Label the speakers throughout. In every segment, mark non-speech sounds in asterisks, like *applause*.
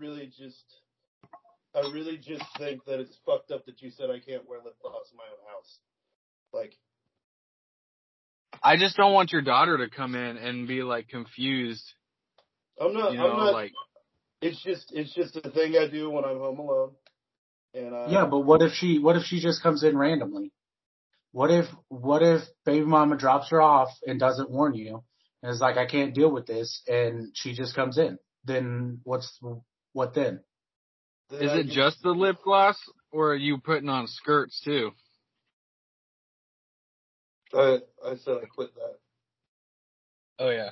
Speaker 1: really just, I really just think that it's fucked up that you said I can't wear lip gloss in my own house. Like,
Speaker 2: I just don't want your daughter to come in and be like confused.
Speaker 1: I'm not,
Speaker 2: You know,
Speaker 1: I'm not.
Speaker 2: like
Speaker 1: it's just, it's just a thing I do when I'm home alone. And I,
Speaker 3: Yeah, but what if she what if she just comes in randomly? What if what if baby mama drops her off and doesn't warn you and is like I can't deal with this and she just comes in? Then what's what then?
Speaker 1: then
Speaker 2: is
Speaker 1: I
Speaker 2: it
Speaker 1: just-
Speaker 2: just the lip gloss or are you putting on skirts too?
Speaker 1: I, I said I quit that.
Speaker 2: Oh yeah.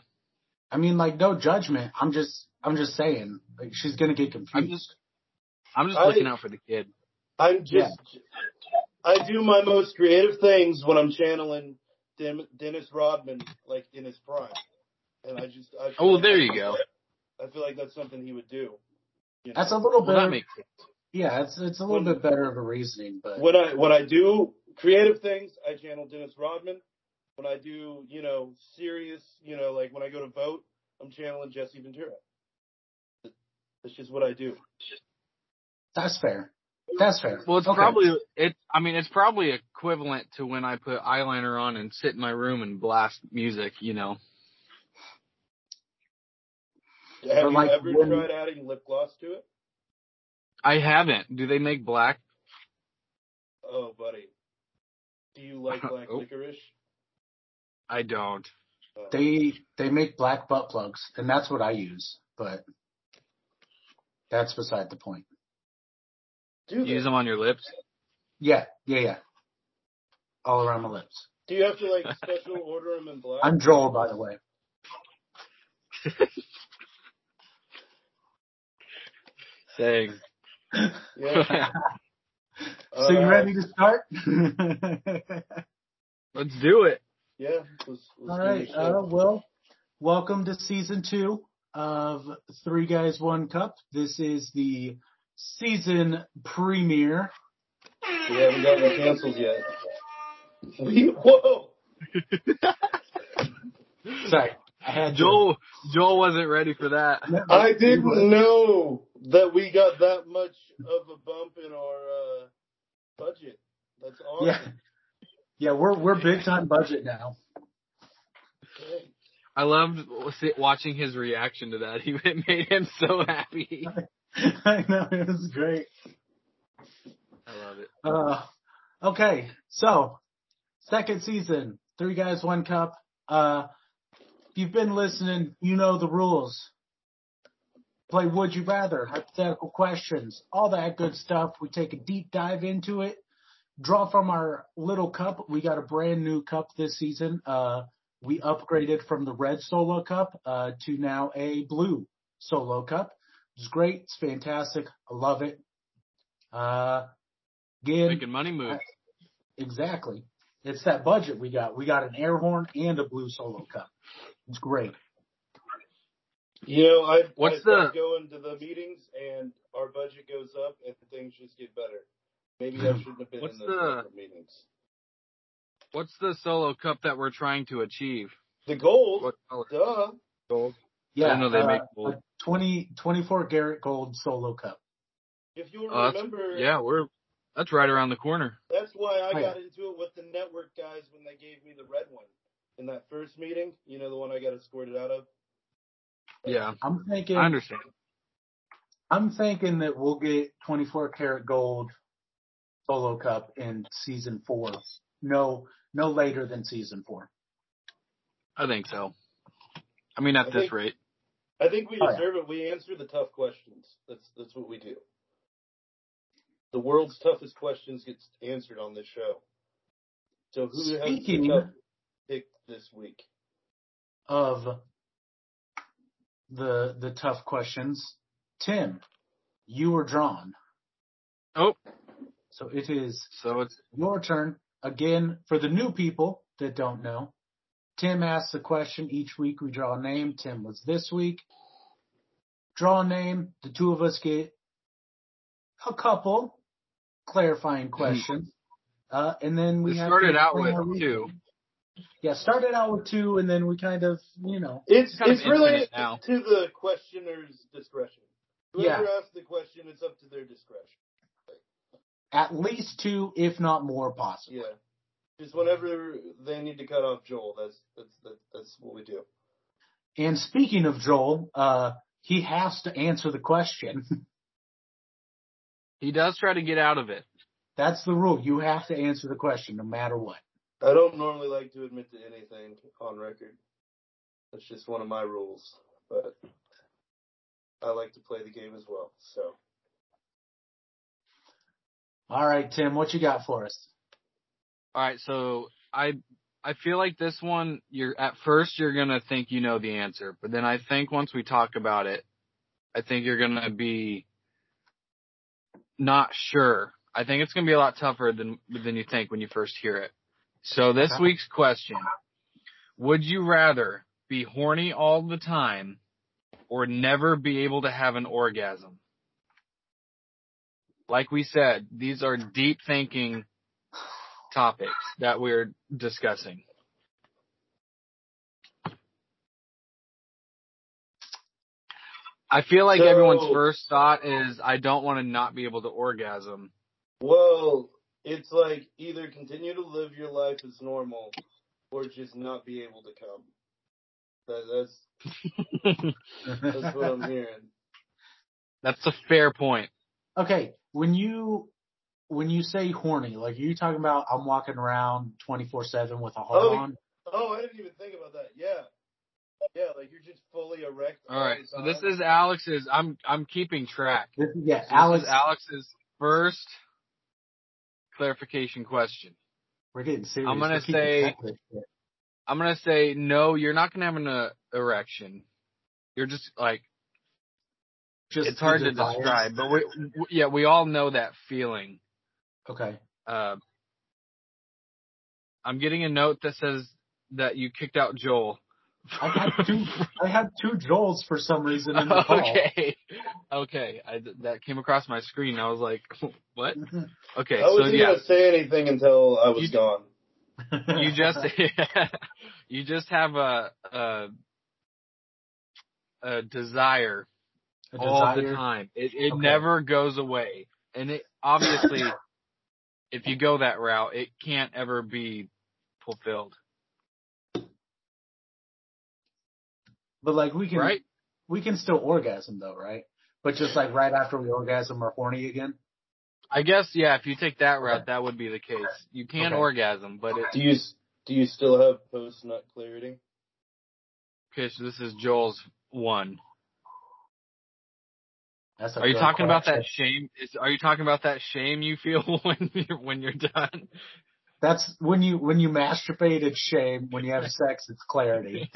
Speaker 3: I mean like no judgment. I'm just I'm just saying like she's going to get confused.
Speaker 2: I'm just I'm just
Speaker 1: I-
Speaker 2: looking out for the kid.
Speaker 1: I'm just, I do my most creative things when I'm channeling Dem- Dennis Rodman, like in his prime. And I just, I feel
Speaker 2: Oh, well,
Speaker 1: like
Speaker 2: there
Speaker 1: that's-
Speaker 2: you go.
Speaker 1: I feel like that's something he would do. you
Speaker 3: That's
Speaker 1: know?
Speaker 3: a little
Speaker 2: Well,
Speaker 3: bit
Speaker 2: that makes sense.
Speaker 3: Yeah, it's it's a little bit better of a reasoning, but
Speaker 1: when I when I do creative things, I channel Dennis Rodman. When I do, you know, serious, you know, like when I go to vote, I'm channeling Jesse Ventura. That's just what I do.
Speaker 3: that's fair. That's fair.
Speaker 2: Well, it's
Speaker 3: Okay.
Speaker 2: probably it. I mean, it's probably equivalent to when I put eyeliner on and sit in my room and blast music. You know,
Speaker 1: Have you
Speaker 3: like
Speaker 1: ever
Speaker 3: when-
Speaker 1: tried adding lip gloss to it?
Speaker 2: I haven't. Do they make black?
Speaker 1: Oh, buddy. Do you
Speaker 3: *laughs*
Speaker 1: like black
Speaker 2: Oh.
Speaker 1: licorice?
Speaker 2: I don't.
Speaker 1: Oh.
Speaker 3: They they make black butt plugs, and that's what I use, but that's beside the point.
Speaker 1: do
Speaker 2: Use
Speaker 1: they?
Speaker 2: them on your lips.
Speaker 3: Yeah, yeah, yeah. All around my lips.
Speaker 1: Do you have to like special order them in black?
Speaker 3: I'm Joel, by the way.
Speaker 2: Dang.
Speaker 1: *laughs*
Speaker 2: *laughs*
Speaker 1: Yeah.
Speaker 3: *laughs* so you
Speaker 1: Uh,
Speaker 3: ready to start?
Speaker 2: Let's do it.
Speaker 1: Yeah. Let's, let's
Speaker 3: *laughs*
Speaker 1: do
Speaker 3: All right.
Speaker 1: this
Speaker 3: Uh,
Speaker 1: show.
Speaker 3: well, welcome to season two of Three Guys One Cup. This is the season premiere.
Speaker 1: we haven't gotten the cancels yet. We, *laughs* whoa.
Speaker 3: Sorry, I had to-
Speaker 2: Joel. Joel wasn't ready for that.
Speaker 1: I didn't know that we got that much of a bump in our uh, budget. That's awesome.
Speaker 3: Yeah. Yeah, we're we're big time budget now. *laughs*
Speaker 1: Okay.
Speaker 2: I loved sit- watching his reaction to that. *laughs* He it made him so happy.
Speaker 3: I know it was great.
Speaker 2: I love it.
Speaker 3: Uh, okay, so second season, three guys, one cup. Uh, if you've been listening, you know the rules. Play Would You Rather, hypothetical questions, all that good stuff. We take a deep dive into it. Draw from our little cup. We got a brand new cup this season. Uh, we upgraded from the red solo cup uh, to now a blue solo cup. It's great. It's fantastic. I love it. Uh, again,
Speaker 2: Making money moves.
Speaker 3: Exactly. It's that budget we got. We got an air horn and a blue solo cup. It's great.
Speaker 1: You know, I,
Speaker 2: What's
Speaker 1: I start
Speaker 2: the-
Speaker 1: going to the meetings and our budget goes up and things just get better. Maybe I shouldn't have been
Speaker 2: Hmm. What's
Speaker 1: in those
Speaker 2: the-
Speaker 1: corporate meetings.
Speaker 2: What's the solo cup that we're trying to achieve?
Speaker 1: The gold,
Speaker 2: What color?
Speaker 1: duh.
Speaker 2: Gold. I
Speaker 3: Yeah.
Speaker 2: didn't know they
Speaker 3: uh,
Speaker 2: make gold.
Speaker 3: a 20, 24 Garrett Gold solo cup.
Speaker 1: If you
Speaker 2: Oh, that's-
Speaker 1: remember,
Speaker 2: Yeah, we're that's right around the corner.
Speaker 1: that's why I
Speaker 3: Oh,
Speaker 1: got into it with the network guys when they gave me the red one in that first meeting. You know, the one I got escorted out of.
Speaker 2: Yeah,
Speaker 3: I'm thinking.
Speaker 2: I understand.
Speaker 3: I'm thinking that we'll get 24 karat gold solo cup in season four. No, no later than season four.
Speaker 2: I think so. I mean, at
Speaker 1: I
Speaker 2: this
Speaker 1: think-
Speaker 2: rate,
Speaker 1: I think we
Speaker 3: Oh, yeah.
Speaker 1: deserve it. We answer the tough questions. That's that's what we do. The world's toughest questions gets answered on this show. So who has the
Speaker 3: Speaking-
Speaker 1: tough pick this week?
Speaker 3: Of the the tough questions, Tim, you were drawn.
Speaker 2: Oh.
Speaker 3: So it is
Speaker 2: so it's
Speaker 3: your turn again for the new people that don't know. Tim asks a question each week. We draw a name. Tim was this week. Draw a name. The two of us get a couple clarifying questions, uh, and then we
Speaker 2: Mm-hmm. it
Speaker 3: have
Speaker 2: started
Speaker 3: to
Speaker 2: out
Speaker 3: explain
Speaker 2: with
Speaker 3: our reason.
Speaker 2: two.
Speaker 3: Yeah, started out with two, and then we kind of, you know,
Speaker 1: It's
Speaker 2: Kind of
Speaker 1: it's really
Speaker 2: infinite now.
Speaker 1: to the questioner's discretion. Whoever asked the question, it's up to their discretion.
Speaker 3: At least two, if not more, possibly.
Speaker 1: Yeah. Just whenever they need to cut off Joel, that's that's that's, that's what we do.
Speaker 3: And speaking of Joel, uh, he has to answer the question. *laughs*
Speaker 2: He does try to get out of it.
Speaker 3: That's the rule. You have to answer the question no matter what.
Speaker 1: I don't normally like to admit to anything on record. That's just one of my rules, but I like to play the game as well. So
Speaker 3: All right, Tim, what you got for us? *laughs*
Speaker 2: All right, so I I feel like this one you're at first you're going to think you know the answer, but then I think once we talk about it, I think you're going to be not sure. I think it's going to be a lot tougher than than you think when you first hear it. So this
Speaker 3: Okay.
Speaker 2: week's question, would you rather be horny all the time or never be able to have an orgasm? Like we said, these are deep thinking topics that we're discussing. I feel like
Speaker 1: So-
Speaker 2: everyone's first thought is I don't want to not be able to *laughs* orgasm.
Speaker 1: well, it's like either continue to live your life as normal or just not be able to come. That, that's that's what
Speaker 2: *laughs*
Speaker 1: I'm hearing.
Speaker 2: That's a fair point.
Speaker 3: okay, when you when you say horny, like are you talking about I'm walking around 24/7 with a hard
Speaker 1: Oh,
Speaker 3: on?
Speaker 1: Oh, I didn't even think about that. Yeah. Yeah, like you're just fully erect.
Speaker 2: All right.
Speaker 1: the
Speaker 2: So this
Speaker 1: time.
Speaker 2: is Alex's. I'm I'm keeping track.
Speaker 3: This is- yeah,
Speaker 2: So this
Speaker 3: Alex,
Speaker 2: is Alex's first clarification question.
Speaker 3: we're getting serious.
Speaker 2: I'm gonna
Speaker 3: We're keeping
Speaker 2: say-
Speaker 3: track of this shit.
Speaker 2: I'm gonna say no. You're not gonna have an uh, erection. You're just like
Speaker 3: just
Speaker 2: it's hard
Speaker 3: the
Speaker 2: to
Speaker 3: desires.
Speaker 2: describe, but we, we- yeah, we all know that feeling.
Speaker 3: Okay.
Speaker 2: Uh, I'm getting a note that says that you kicked out Joel.
Speaker 3: I had
Speaker 2: *laughs*
Speaker 3: two I had two Joels for some reason in the call.
Speaker 2: okay, okay, I, that came across my screen. I was like, what? Okay,
Speaker 1: I
Speaker 2: so
Speaker 1: wasn't
Speaker 2: yeah,
Speaker 1: gonna say anything until I was
Speaker 2: You-
Speaker 1: gone.
Speaker 2: you just
Speaker 3: *laughs*
Speaker 2: *laughs* you just have a a, a desire
Speaker 3: A
Speaker 2: all the
Speaker 3: desire.
Speaker 2: time. It it
Speaker 3: Okay.
Speaker 2: never goes away, and it obviously, if you go that route, it can't ever be fulfilled,
Speaker 3: But like we can
Speaker 2: right?
Speaker 3: we can still orgasm though, right? But just like right after we orgasm, we're horny again.
Speaker 2: I guess yeah. If you take that route,
Speaker 3: Okay.
Speaker 2: that would be the case. You can
Speaker 3: Okay.
Speaker 2: orgasm, but it.
Speaker 1: Do you do you still have post nut clarity?
Speaker 2: Okay, so this is Joel's one.
Speaker 3: That's a
Speaker 2: Are you
Speaker 3: good
Speaker 2: talking about
Speaker 3: question.
Speaker 2: that shame? Is, are you talking about that shame you feel *laughs* when you're, when you're done?
Speaker 3: That's when you when you masturbate, it's shame.
Speaker 2: *laughs*
Speaker 3: When you have sex, it's clarity.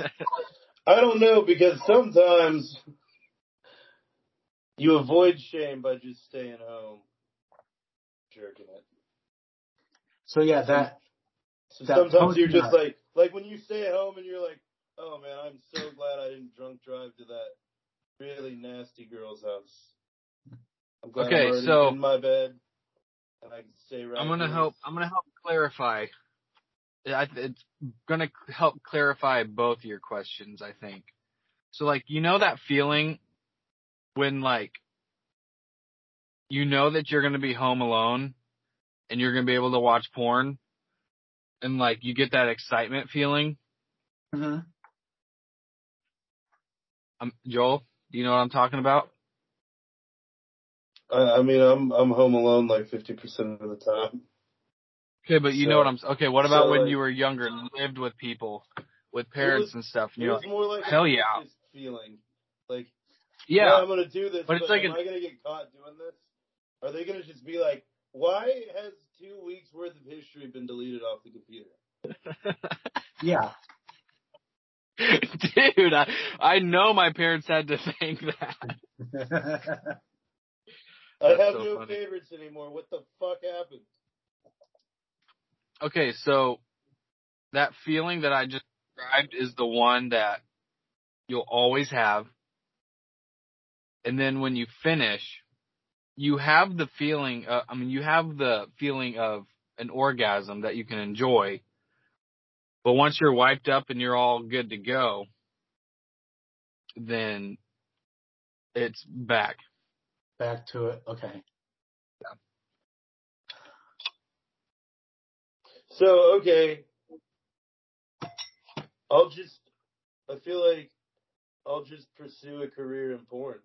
Speaker 1: I don't know because sometimes you avoid shame by just staying home, jerking it.
Speaker 3: So yeah, that
Speaker 1: So
Speaker 3: That
Speaker 1: sometimes
Speaker 3: post
Speaker 1: you're just
Speaker 3: nut.
Speaker 1: like like when you stay at home and you're like, oh man, I'm so glad I didn't drunk drive to that really nasty girl's house. I'm glad
Speaker 2: Okay,
Speaker 1: I'm already
Speaker 2: so-
Speaker 1: in my bed and I can stay right.
Speaker 2: I'm gonna
Speaker 1: here."
Speaker 2: help. I'm gonna help clarify. I, it's gonna help clarify both your questions, I think. So, like, you know that feeling when, like, you know that you're gonna be home alone and you're gonna be able to watch porn, and like, you get that excitement feeling.
Speaker 3: Mhm.
Speaker 2: Um, Joel, do you know what I'm talking about?
Speaker 1: I, I mean, I'm I'm home alone like 50% of the time.
Speaker 2: Okay, but you
Speaker 1: So-
Speaker 2: know what I'm. Okay, what about
Speaker 1: so,
Speaker 2: when
Speaker 1: like-
Speaker 2: you were younger, and lived with people, with parents and stuff?
Speaker 1: It
Speaker 2: You know,
Speaker 1: was more like
Speaker 2: hell
Speaker 1: a
Speaker 2: yeah.
Speaker 1: anxious feeling, like
Speaker 2: yeah.
Speaker 1: I'm gonna do this,
Speaker 2: But
Speaker 1: but,
Speaker 2: it's like
Speaker 1: am
Speaker 2: an-
Speaker 1: I gonna get caught doing this? Are they gonna just be like, why has two weeks worth of history been deleted off the computer?
Speaker 3: yeah. *laughs*
Speaker 2: *laughs* Dude, I, I know my parents had to *laughs* think that. That's
Speaker 1: I have
Speaker 2: so
Speaker 1: no
Speaker 2: funny.
Speaker 1: favorites anymore. What the fuck happened?
Speaker 2: Okay, so that feeling that I just described is the one that you'll always have. And then when you finish, you have the feeling, uh, I mean, you have the feeling of an orgasm that you can enjoy. But once you're wiped up and you're all good to go, then it's back.
Speaker 3: back to it. Okay.
Speaker 1: So okay, I'll just. I feel like I'll just pursue a career in porn.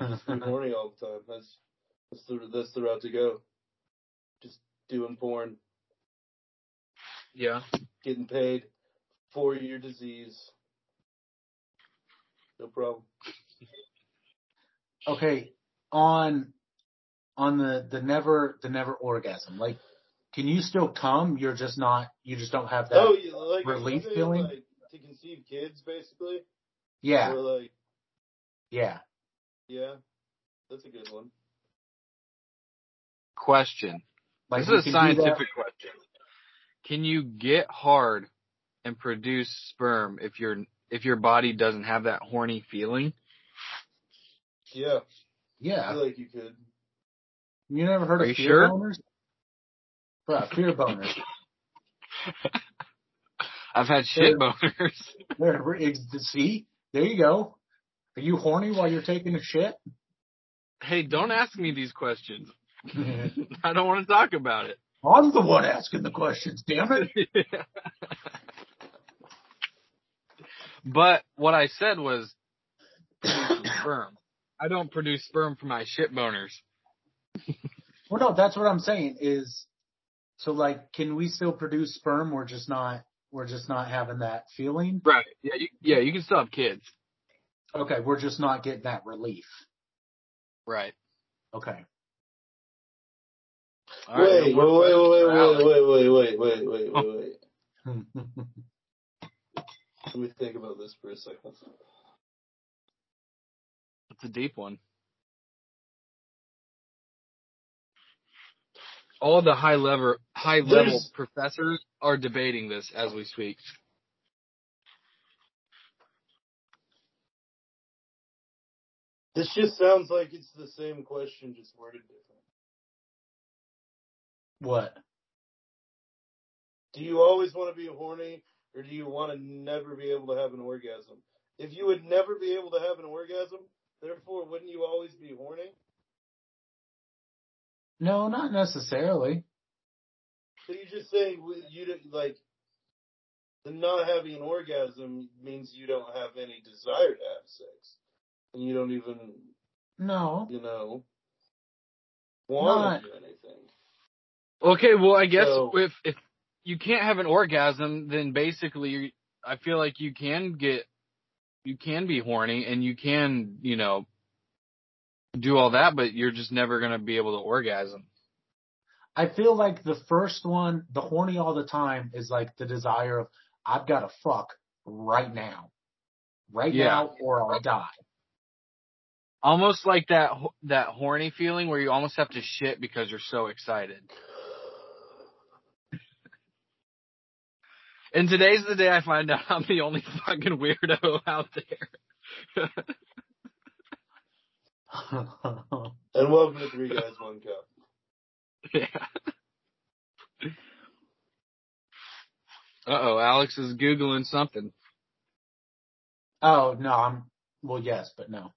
Speaker 1: I'll just be
Speaker 2: *laughs*
Speaker 1: horny all the time. That's that's the that's the route to go. Just doing porn,
Speaker 2: Yeah.
Speaker 1: getting paid for your disease. No problem.
Speaker 3: okay on on the the never the never orgasm like can you still come you're just not you just don't have that
Speaker 1: oh, yeah, like
Speaker 3: relief
Speaker 1: something
Speaker 3: feeling?
Speaker 1: like, to conceive kids, basically.
Speaker 3: yeah
Speaker 1: Or like,
Speaker 3: yeah
Speaker 1: yeah, that's a good one.
Speaker 2: Question.
Speaker 3: like you
Speaker 2: this is a
Speaker 3: can do that-
Speaker 2: scientific question. Can you get hard and produce sperm if your if your body doesn't have that horny feeling?
Speaker 1: Yeah, I
Speaker 3: yeah
Speaker 1: feel like you could.
Speaker 3: you never heard
Speaker 2: Are
Speaker 3: of
Speaker 2: you
Speaker 3: fear
Speaker 2: sure?
Speaker 3: boners Bruh, fear boners
Speaker 2: I've had shit boners. *laughs*
Speaker 3: There, it's- see there you go are you horny while you're taking a shit *laughs*
Speaker 2: hey, don't ask me these questions. *laughs* I don't want to talk about it.
Speaker 3: i'm the one asking the questions damn it
Speaker 2: but what I said was producing sperm. I don't produce sperm for my shit boners.
Speaker 3: well no that's what i'm saying is so like can we still produce sperm we're just not we're just not having that feeling
Speaker 2: Right. Yeah, you, yeah, you can still have kids.
Speaker 3: Okay, we're just not getting that relief.
Speaker 2: Right.
Speaker 3: Okay. *laughs*
Speaker 2: All right,
Speaker 1: wait,
Speaker 2: no more
Speaker 1: wait,
Speaker 2: questions
Speaker 1: wait,
Speaker 2: for Alex.
Speaker 1: wait, wait, wait, wait, wait, wait, wait, wait. Let me think about this for a second.
Speaker 2: It's a deep one. All the high level high level
Speaker 1: There's-
Speaker 2: professors are debating this as we speak.
Speaker 1: This just sounds like it's the same question, just worded different.
Speaker 3: what?
Speaker 1: Do you always want to be horny, or do you want to never be able to have an orgasm? If you would never be able to have an orgasm, therefore, wouldn't you always be horny?
Speaker 3: No, not necessarily.
Speaker 1: So you're just saying w- you don't- like the not having an orgasm means you don't have any desire to have sex, and you don't even
Speaker 3: No.
Speaker 1: you know want to do anything.
Speaker 2: Okay, well I guess
Speaker 1: So-
Speaker 2: if if you can't have an orgasm, then basically you I feel like you can get you can be horny and you can, you know, do all that, but you're just never gonna be able to orgasm.
Speaker 3: I feel like the first one, the horny all the time, is like the desire of I've got to fuck right now, right
Speaker 2: Yeah.
Speaker 3: now, or I'll die. *laughs*
Speaker 2: Almost like that ho- that horny feeling where you almost have to shit because you're so excited. And today's the day I find out I'm the only fucking weirdo out there.
Speaker 1: And welcome to Three Guys One Cup.
Speaker 2: yeah. Uh oh, Alex is googling something.
Speaker 3: oh no, I'm well, yes, but no.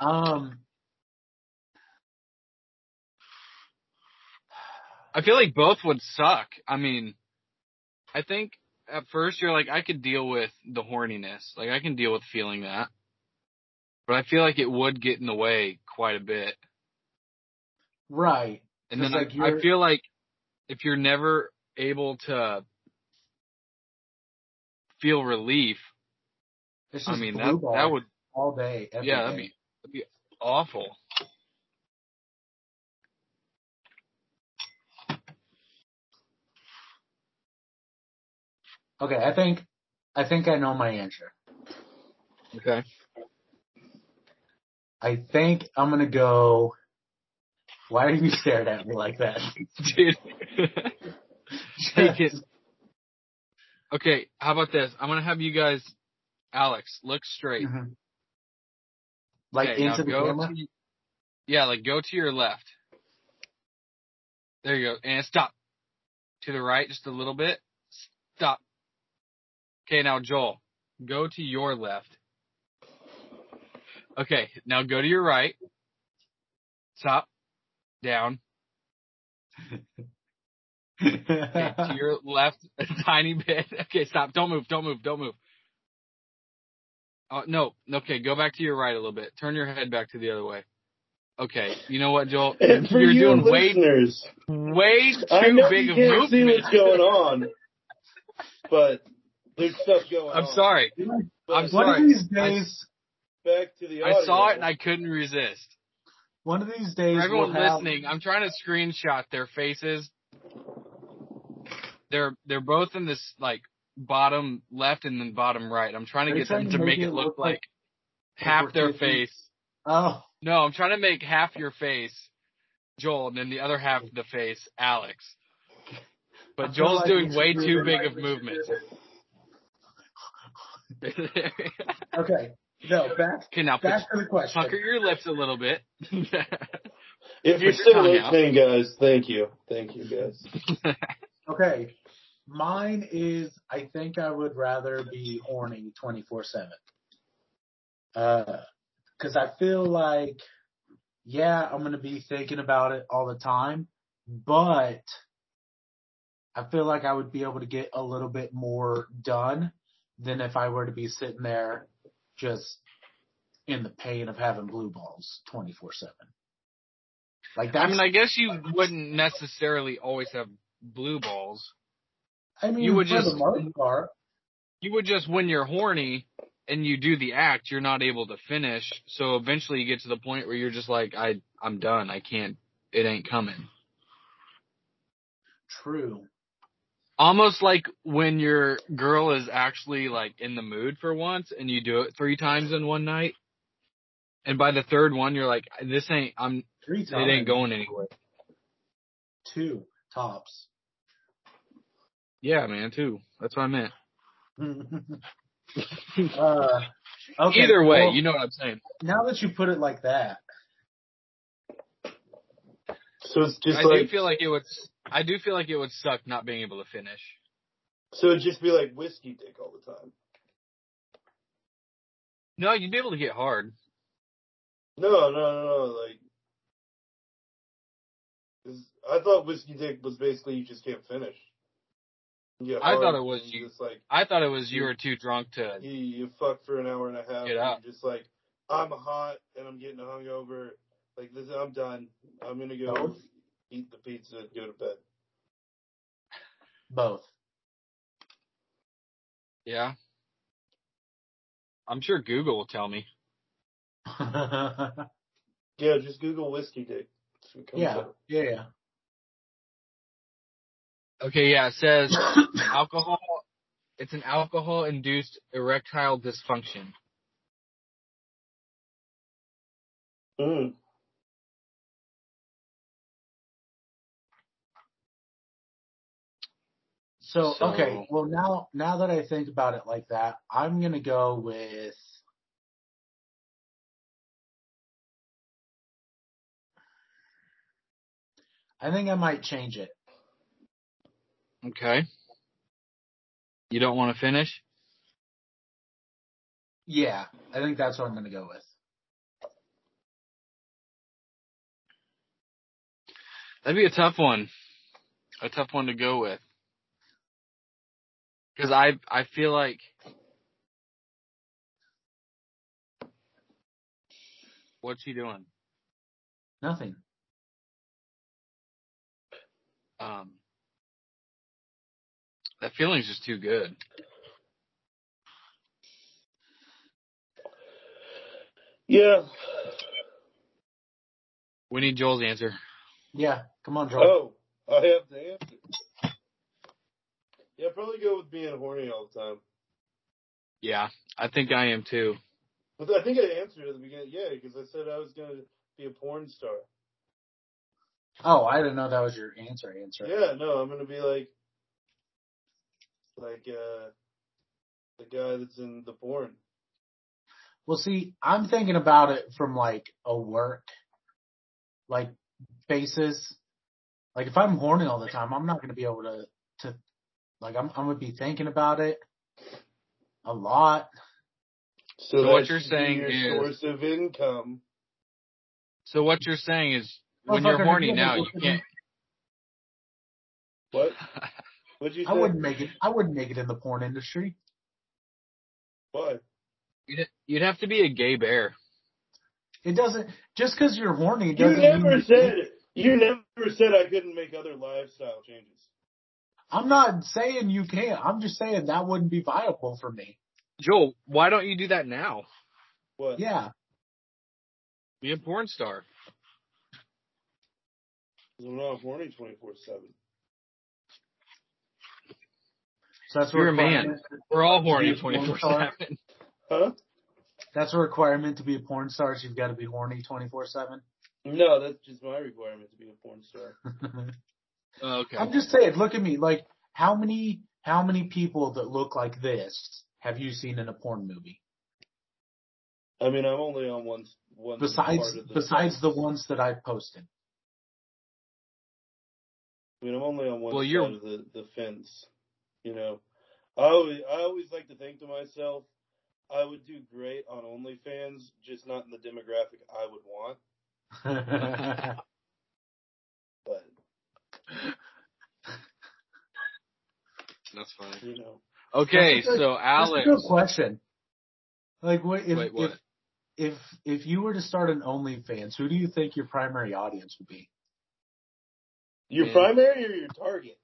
Speaker 3: Um,
Speaker 2: I feel like both would suck. I mean, I think at first you're like, I could deal with the horniness. Like I can deal with feeling that. But I feel like it would get in the way quite a bit.
Speaker 3: right.
Speaker 2: And
Speaker 3: Just
Speaker 2: then
Speaker 3: like
Speaker 2: I,
Speaker 3: you're-
Speaker 2: I feel like if you're never able to feel relief,
Speaker 3: It's just
Speaker 2: I mean
Speaker 3: blue
Speaker 2: that
Speaker 3: ball
Speaker 2: that would
Speaker 3: all day. every
Speaker 2: yeah, that'd
Speaker 3: day.
Speaker 2: be, that'd be awful.
Speaker 3: okay. I think, I think I know my answer.
Speaker 2: Okay.
Speaker 3: I think I'm gonna go. Why are you staring at me like that?
Speaker 2: *laughs*
Speaker 3: *laughs*
Speaker 2: Dude. Take it. Okay, how about this? I'm gonna have you guys Alex, look straight.
Speaker 3: Mhm. Like
Speaker 2: Okay, now
Speaker 3: into the
Speaker 2: go
Speaker 3: camera.
Speaker 2: to- yeah, like go to your left. There you go. And stop. To the right just a little bit. Stop. Okay, now Joel, go to your left. Okay, now go to your right. Top, down.
Speaker 3: *laughs*
Speaker 2: Okay,
Speaker 1: *laughs*
Speaker 2: to your left a tiny bit. *laughs* Okay, stop. Don't move. Don't move. Don't move. Oh no. Okay, go back to your right a little bit. Turn your head back to the other way. Okay. You know what, Joel?
Speaker 1: *laughs* *laughs* And for
Speaker 2: You're
Speaker 1: you
Speaker 2: doing way
Speaker 1: listeners,
Speaker 2: way too
Speaker 1: I know
Speaker 2: big
Speaker 1: you
Speaker 2: of
Speaker 1: can't
Speaker 2: movement.
Speaker 1: see what's going on, but there's stuff going on.
Speaker 2: I'm sorry.
Speaker 1: But
Speaker 2: I'm
Speaker 3: One
Speaker 2: sorry.
Speaker 3: of these
Speaker 2: I-
Speaker 3: days,
Speaker 1: Back to the audio.
Speaker 2: I saw it and I couldn't resist.
Speaker 3: one of these days,
Speaker 2: For everyone
Speaker 3: we'll have-
Speaker 2: listening, I'm trying to screenshot their faces. They're they're both in this like bottom left and then bottom right. I'm trying to
Speaker 3: Are you
Speaker 2: get them
Speaker 3: trying
Speaker 2: to make it look like
Speaker 3: like
Speaker 2: half
Speaker 3: we're
Speaker 2: their
Speaker 3: kissing?
Speaker 2: face.
Speaker 3: Oh,
Speaker 2: No, I'm trying to make half your face Joel and then the other half of the face Alex.
Speaker 3: I
Speaker 2: But
Speaker 3: feel
Speaker 2: Joel's
Speaker 3: like we
Speaker 2: doing
Speaker 3: should
Speaker 2: way
Speaker 3: do
Speaker 2: too
Speaker 3: it.
Speaker 2: big of movements. *laughs* okay,
Speaker 3: okay. No, back
Speaker 2: now put,
Speaker 3: back to the question.
Speaker 2: pucker your lips a little
Speaker 3: *laughs*
Speaker 2: bit.
Speaker 1: if you're
Speaker 2: Put your
Speaker 1: still
Speaker 2: tongue out.
Speaker 1: listening, guys, thank you, thank you, guys.
Speaker 3: Okay. Mine is I think I would rather be horny 24 7. Uh, cause I feel like, yeah, I'm going to be thinking about it all the time, but I feel like I would be able to get a little bit more done than if I were to be sitting there just in the pain of having blue balls 24 7. Like
Speaker 2: I
Speaker 3: that's,
Speaker 2: mean, I guess you wouldn't necessarily always have blue balls.
Speaker 3: I mean,
Speaker 2: you would
Speaker 3: for
Speaker 2: just-
Speaker 3: the most part,
Speaker 2: You would just when you're horny and you do the act, you're not able to finish. So eventually you get to the point where you're just like, I I'm done. I can't. It ain't coming.
Speaker 3: true.
Speaker 2: Almost like when your girl is actually like in the mood for once and you do it three times in one night. And by the third one, you're like, this ain't, I'm,
Speaker 3: Three
Speaker 2: it
Speaker 3: times.
Speaker 2: ain't going anywhere.
Speaker 3: Two
Speaker 2: *laughs*
Speaker 3: tops.
Speaker 2: Yeah, man, too. That's what I meant.
Speaker 3: Uh, okay,
Speaker 2: Either way,
Speaker 3: well,
Speaker 2: you know what I'm saying.
Speaker 3: now that you put it like that,
Speaker 1: So it's just
Speaker 2: I do
Speaker 1: like
Speaker 2: feel like it would. I do feel like it would suck not being able to finish.
Speaker 1: so it'd just be like whiskey dick all the time.
Speaker 2: No, you'd be able to get hard.
Speaker 1: No, no, no, no. Like, 'cause I thought whiskey dick was basically you just can't finish. Yeah,
Speaker 2: I thought it was you-
Speaker 1: Just like
Speaker 2: I thought it was you were too drunk to.
Speaker 1: you, you fuck for an hour and a half.
Speaker 2: Get
Speaker 1: and
Speaker 2: up.
Speaker 1: You're just like I'm hot and I'm getting hungover. Like this, I'm done. I'm gonna go
Speaker 3: Both?
Speaker 1: eat the pizza and go to bed.
Speaker 2: *laughs*
Speaker 3: both.
Speaker 2: Yeah. I'm sure Google will tell me.
Speaker 3: yeah,
Speaker 1: Yeah, just Google whiskey dick. It's what comes
Speaker 3: yeah,
Speaker 1: up.
Speaker 3: yeah.
Speaker 2: *coughs* Okay, yeah, it says alcohol. It's an alcohol-induced erectile dysfunction.
Speaker 1: Mm.
Speaker 3: so,
Speaker 2: So-
Speaker 3: okay, well now, now that I think about it like that, I'm gonna go with. I think I might change it.
Speaker 2: Okay. You don't want to finish?
Speaker 3: Yeah, I think that's what I'm gonna go with.
Speaker 2: That'd be a tough one. A tough one to go with. Cause I, I feel like, what's she doing?
Speaker 3: Nothing.
Speaker 2: Um, that feeling's just too good.
Speaker 1: Yeah.
Speaker 2: We need Joel's answer.
Speaker 3: Yeah, come on, Joel.
Speaker 1: Oh, I have to answer. Yeah, probably go with being horny all the time.
Speaker 2: Yeah, I think I am too.
Speaker 1: But I think I answered at the beginning. Yeah, because I said I was gonna be a porn star.
Speaker 3: Oh, I didn't know that was your answer. Answer.
Speaker 1: Yeah, no, I'm gonna be like, like uh, the guy that's in the porn.
Speaker 3: Well, see, I'm thinking about it from like a work, like basis. Like if I'm horny all the time, I'm not going to be able to, to, like I'm, I'm going to be thinking about it a lot.
Speaker 1: So,
Speaker 2: So what
Speaker 1: that
Speaker 2: you're
Speaker 1: should be
Speaker 2: saying
Speaker 1: your
Speaker 2: is-
Speaker 1: source of income.
Speaker 2: So what you're saying is when
Speaker 3: Motherfucker,
Speaker 2: you're horny
Speaker 3: you
Speaker 2: now, you
Speaker 3: wouldn't-
Speaker 2: can't.
Speaker 1: What? What'd you say?
Speaker 3: I wouldn't make it. I wouldn't make it in the porn industry.
Speaker 1: Why?
Speaker 2: *laughs* You'd- You'd have to be a gay bear.
Speaker 3: It doesn't just because you're horny
Speaker 1: You
Speaker 3: doesn't.
Speaker 1: never
Speaker 3: mean,
Speaker 1: said you never said I couldn't make other lifestyle changes.
Speaker 3: I'm not saying you can't. I'm just saying that wouldn't be viable for me.
Speaker 2: Joel, why don't you do that now?
Speaker 1: What?
Speaker 3: Yeah,
Speaker 2: Be a porn star.
Speaker 1: 'Cause I'm not horny twenty four seven.
Speaker 3: so that's a
Speaker 2: You're a man.
Speaker 3: requirement.
Speaker 2: We're all
Speaker 3: Be
Speaker 2: horny
Speaker 3: a porn
Speaker 2: 24
Speaker 3: star.
Speaker 2: 7.
Speaker 1: Huh?
Speaker 3: That's a requirement to be a porn star. is You've got to be horny 24 seven.
Speaker 1: No, that's just my requirement to be a porn star.
Speaker 2: Oh, Okay.
Speaker 3: I'm just saying. Look at me. Like how many how many people that look like this have you seen in a porn movie?
Speaker 1: I mean, I'm only on one one
Speaker 3: Besides
Speaker 1: part of the
Speaker 3: besides the ones that I've posted.
Speaker 1: I mean, I'm only on one
Speaker 2: Well,
Speaker 1: side
Speaker 2: you're-
Speaker 1: of the, the fence. You know, I always, I always like to think to myself, I would do great on OnlyFans, just not in the demographic I would want. But
Speaker 2: That's funny.
Speaker 1: you know,
Speaker 2: Okay,
Speaker 3: That's a good-
Speaker 2: so Alex.
Speaker 3: That's a good question. Like, what if
Speaker 2: Wait, what?
Speaker 3: if if if you were to start an OnlyFans, who do you think your primary audience would be?
Speaker 1: your
Speaker 2: Yeah.
Speaker 1: primary or your target?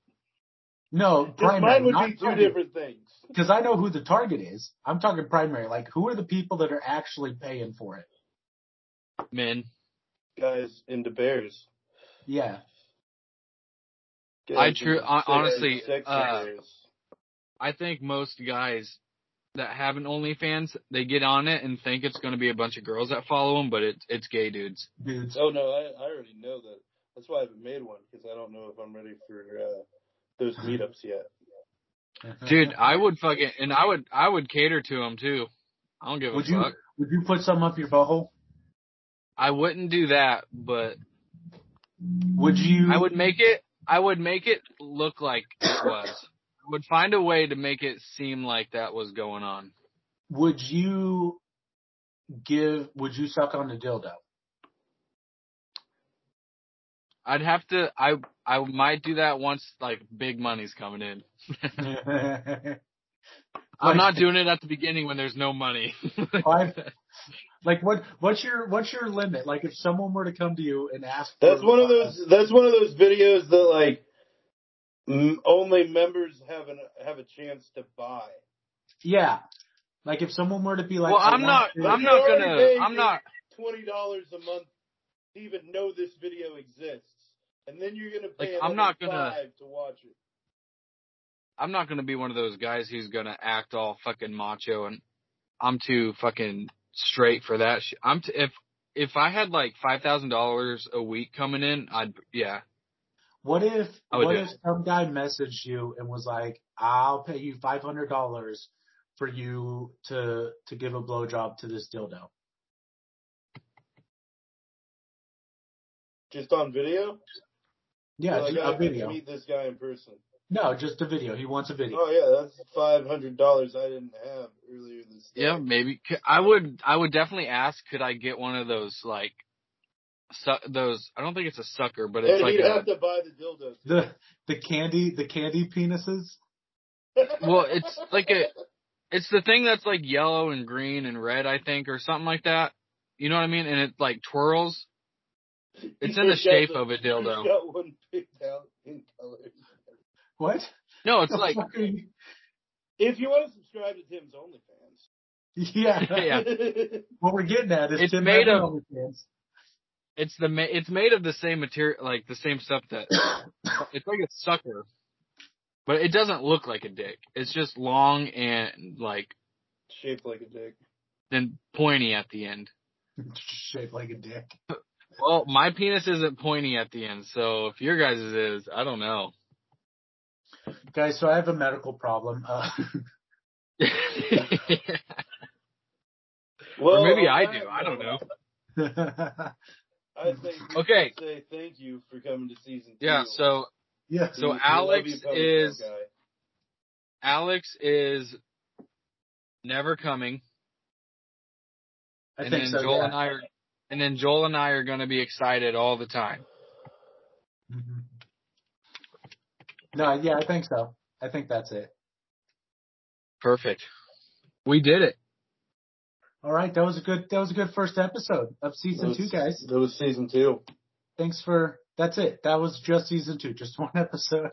Speaker 3: No,
Speaker 1: 'Cause mine
Speaker 3: primary,
Speaker 1: would
Speaker 3: not
Speaker 1: be two different things.
Speaker 3: Because I know who the target is. I'm talking primary. Like, who are the people that are actually paying for it?
Speaker 2: Men.
Speaker 1: Guys into bears.
Speaker 3: Yeah.
Speaker 1: Guys
Speaker 2: I tru-
Speaker 1: into
Speaker 2: hon-
Speaker 1: sex-
Speaker 2: honestly,
Speaker 1: sex
Speaker 2: uh,
Speaker 1: bears.
Speaker 2: I think most guys that have an OnlyFans, they get on it and think it's going to be a bunch of girls that follow them, but it's it's gay dudes.
Speaker 3: Dudes.
Speaker 1: Oh no, I, I already know that. That's why I haven't made one because I don't know if I'm ready for uh, those meetups yet.
Speaker 3: Uh-huh.
Speaker 2: Dude, I would fucking and I would I would cater to them too. I don't give a
Speaker 3: would you
Speaker 2: fuck.
Speaker 3: would you put some up your butthole?
Speaker 2: I wouldn't do that, but
Speaker 3: Would you?
Speaker 2: I would make it. I would make it look like it was. I would find a way to make it seem like that was going on.
Speaker 3: Would you give? Would you suck on the
Speaker 2: *laughs*
Speaker 3: dildo?
Speaker 2: I'd have to. I I might do that once like big money's coming in. I'm not doing it at the beginning when there's no money. *laughs*
Speaker 3: Five. Like what? What's your what's your limit? Like if someone were to come to you and ask, for-
Speaker 1: That's one of those. That's one of those videos that like m- only members have an have a chance to buy.
Speaker 3: Yeah. Like if someone were to be like,
Speaker 2: well,
Speaker 3: I
Speaker 2: I'm not.
Speaker 3: want to-
Speaker 2: I'm not
Speaker 1: You're
Speaker 2: gonna.
Speaker 1: already
Speaker 2: I'm not.
Speaker 1: Twenty dollars a month to even know this video exists, and then you're gonna pay
Speaker 2: Like, I'm
Speaker 1: another
Speaker 2: not gonna-
Speaker 1: five to watch it.
Speaker 2: I'm not gonna be one of those guys who's gonna act all fucking macho and I'm too fucking straight for that. Sh- I'm t- if if I had like five thousand dollars a week coming in, I'd yeah.
Speaker 3: What if
Speaker 2: I would
Speaker 3: what
Speaker 2: do
Speaker 3: if some guy messaged you and was like, I'll pay you five hundred dollars for you to to give a blowjob to this dildo?
Speaker 1: Just on video?
Speaker 3: Yeah,
Speaker 1: You're like,
Speaker 3: ju-
Speaker 1: "Oh, I get
Speaker 3: a
Speaker 1: to
Speaker 3: video.
Speaker 1: Meet this guy in person.
Speaker 3: No, just a video. He wants a video.
Speaker 1: Oh yeah, that's five hundred dollars I didn't have earlier this day.
Speaker 2: Yeah, maybe. C- I would. I would definitely ask. Could I get one of those like, su- those? I don't think it's a sucker, but it's
Speaker 1: and
Speaker 2: like
Speaker 1: you'd
Speaker 2: a.
Speaker 1: have to buy the dildo. too.
Speaker 3: The the candy the candy penises.
Speaker 2: Well, it's
Speaker 1: *laughs*
Speaker 2: like a. It's the thing that's like yellow and green and red, I think, or something like that. You know what I mean? And it like twirls. It's in the shape
Speaker 1: *laughs*
Speaker 2: of a
Speaker 1: He's
Speaker 2: dildo.
Speaker 1: got one picked out in colors.
Speaker 3: What?
Speaker 2: No,
Speaker 3: *laughs*
Speaker 2: it's like
Speaker 3: Fuck are you-
Speaker 1: If you want to subscribe to Tim's OnlyFans,
Speaker 3: yeah.
Speaker 2: *laughs* Yeah.
Speaker 3: What we're getting at is
Speaker 2: It's
Speaker 3: Tim
Speaker 2: made
Speaker 3: Allen OnlyFans.
Speaker 2: it's the ma- it's made of the same material, like the same stuff that it's like a sucker, but it doesn't look like a dick. It's just long and like
Speaker 1: *laughs* shaped like a dick.
Speaker 2: then pointy at the end.
Speaker 3: *laughs* shaped like a dick.
Speaker 2: Well, my penis isn't pointy at the end, so if your guys' is, I don't know. *laughs*
Speaker 3: Guys, so I have a medical problem. Uh, *laughs*
Speaker 2: or
Speaker 1: Well,
Speaker 2: maybe
Speaker 1: on
Speaker 2: I
Speaker 1: that
Speaker 2: do. I don't know.
Speaker 1: note, I think we
Speaker 2: Okay.
Speaker 1: should say thank you for coming to season two.
Speaker 2: Yeah. So
Speaker 3: yeah.
Speaker 2: so
Speaker 1: We- we
Speaker 2: Alex
Speaker 1: love you, Pony
Speaker 2: is-
Speaker 1: Tail Guy.
Speaker 2: Alex is never coming.
Speaker 3: I
Speaker 2: and
Speaker 3: think
Speaker 2: then
Speaker 3: so.
Speaker 2: Joel
Speaker 3: yeah.
Speaker 2: and I are, and then Joel and I are going to be excited all the time.
Speaker 3: Mhm. No, yeah, I think so. I think that's it.
Speaker 2: Perfect. We did it.
Speaker 3: All right, that was a good that was a good first episode of
Speaker 1: That
Speaker 3: season
Speaker 1: was-
Speaker 3: two, guys.
Speaker 1: That was season
Speaker 2: *laughs*
Speaker 1: two.
Speaker 3: Thanks for that's it. That was just season two, just *laughs* one episode.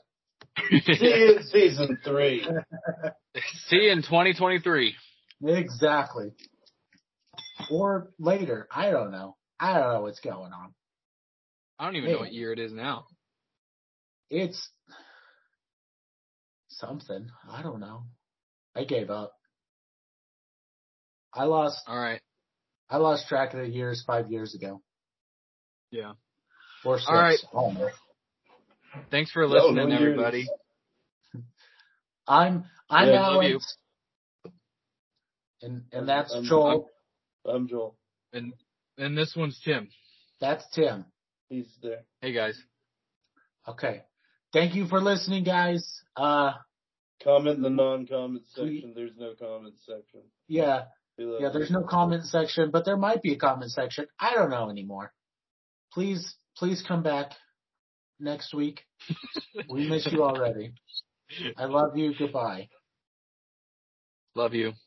Speaker 1: See
Speaker 3: *laughs*
Speaker 1: you in season three.
Speaker 2: *laughs* See you in 2023.
Speaker 3: Exactly. Or later. I don't know. I don't know what's going on.
Speaker 2: I don't even know what year it is now.
Speaker 3: It's something. I don't know. I gave up. I lost
Speaker 2: All right.
Speaker 3: I lost track of the years five years ago.
Speaker 2: Yeah.
Speaker 3: Or six.
Speaker 2: All right.
Speaker 3: Almost.
Speaker 2: Thanks for
Speaker 1: No,
Speaker 2: listening,
Speaker 1: no years.
Speaker 2: everybody.
Speaker 3: I'm I'm
Speaker 1: Yeah,
Speaker 2: love you.
Speaker 3: Alex. And and that's
Speaker 1: I'm-
Speaker 3: Joel.
Speaker 2: I'm-
Speaker 1: I'm Joel.
Speaker 2: And and this one's Tim.
Speaker 3: that's Tim.
Speaker 1: He's there.
Speaker 2: Hey guys.
Speaker 3: Okay. Thank you for listening, guys. Uh
Speaker 1: Comment in the non-comment
Speaker 3: Tweet.
Speaker 1: section. There's no comment section.
Speaker 3: yeah,
Speaker 1: We love
Speaker 3: yeah,
Speaker 1: you.
Speaker 3: there's no comment section, but there might be a comment section. I don't know anymore. Please please come back next week. We miss you already. I love you. Goodbye.
Speaker 2: Love you.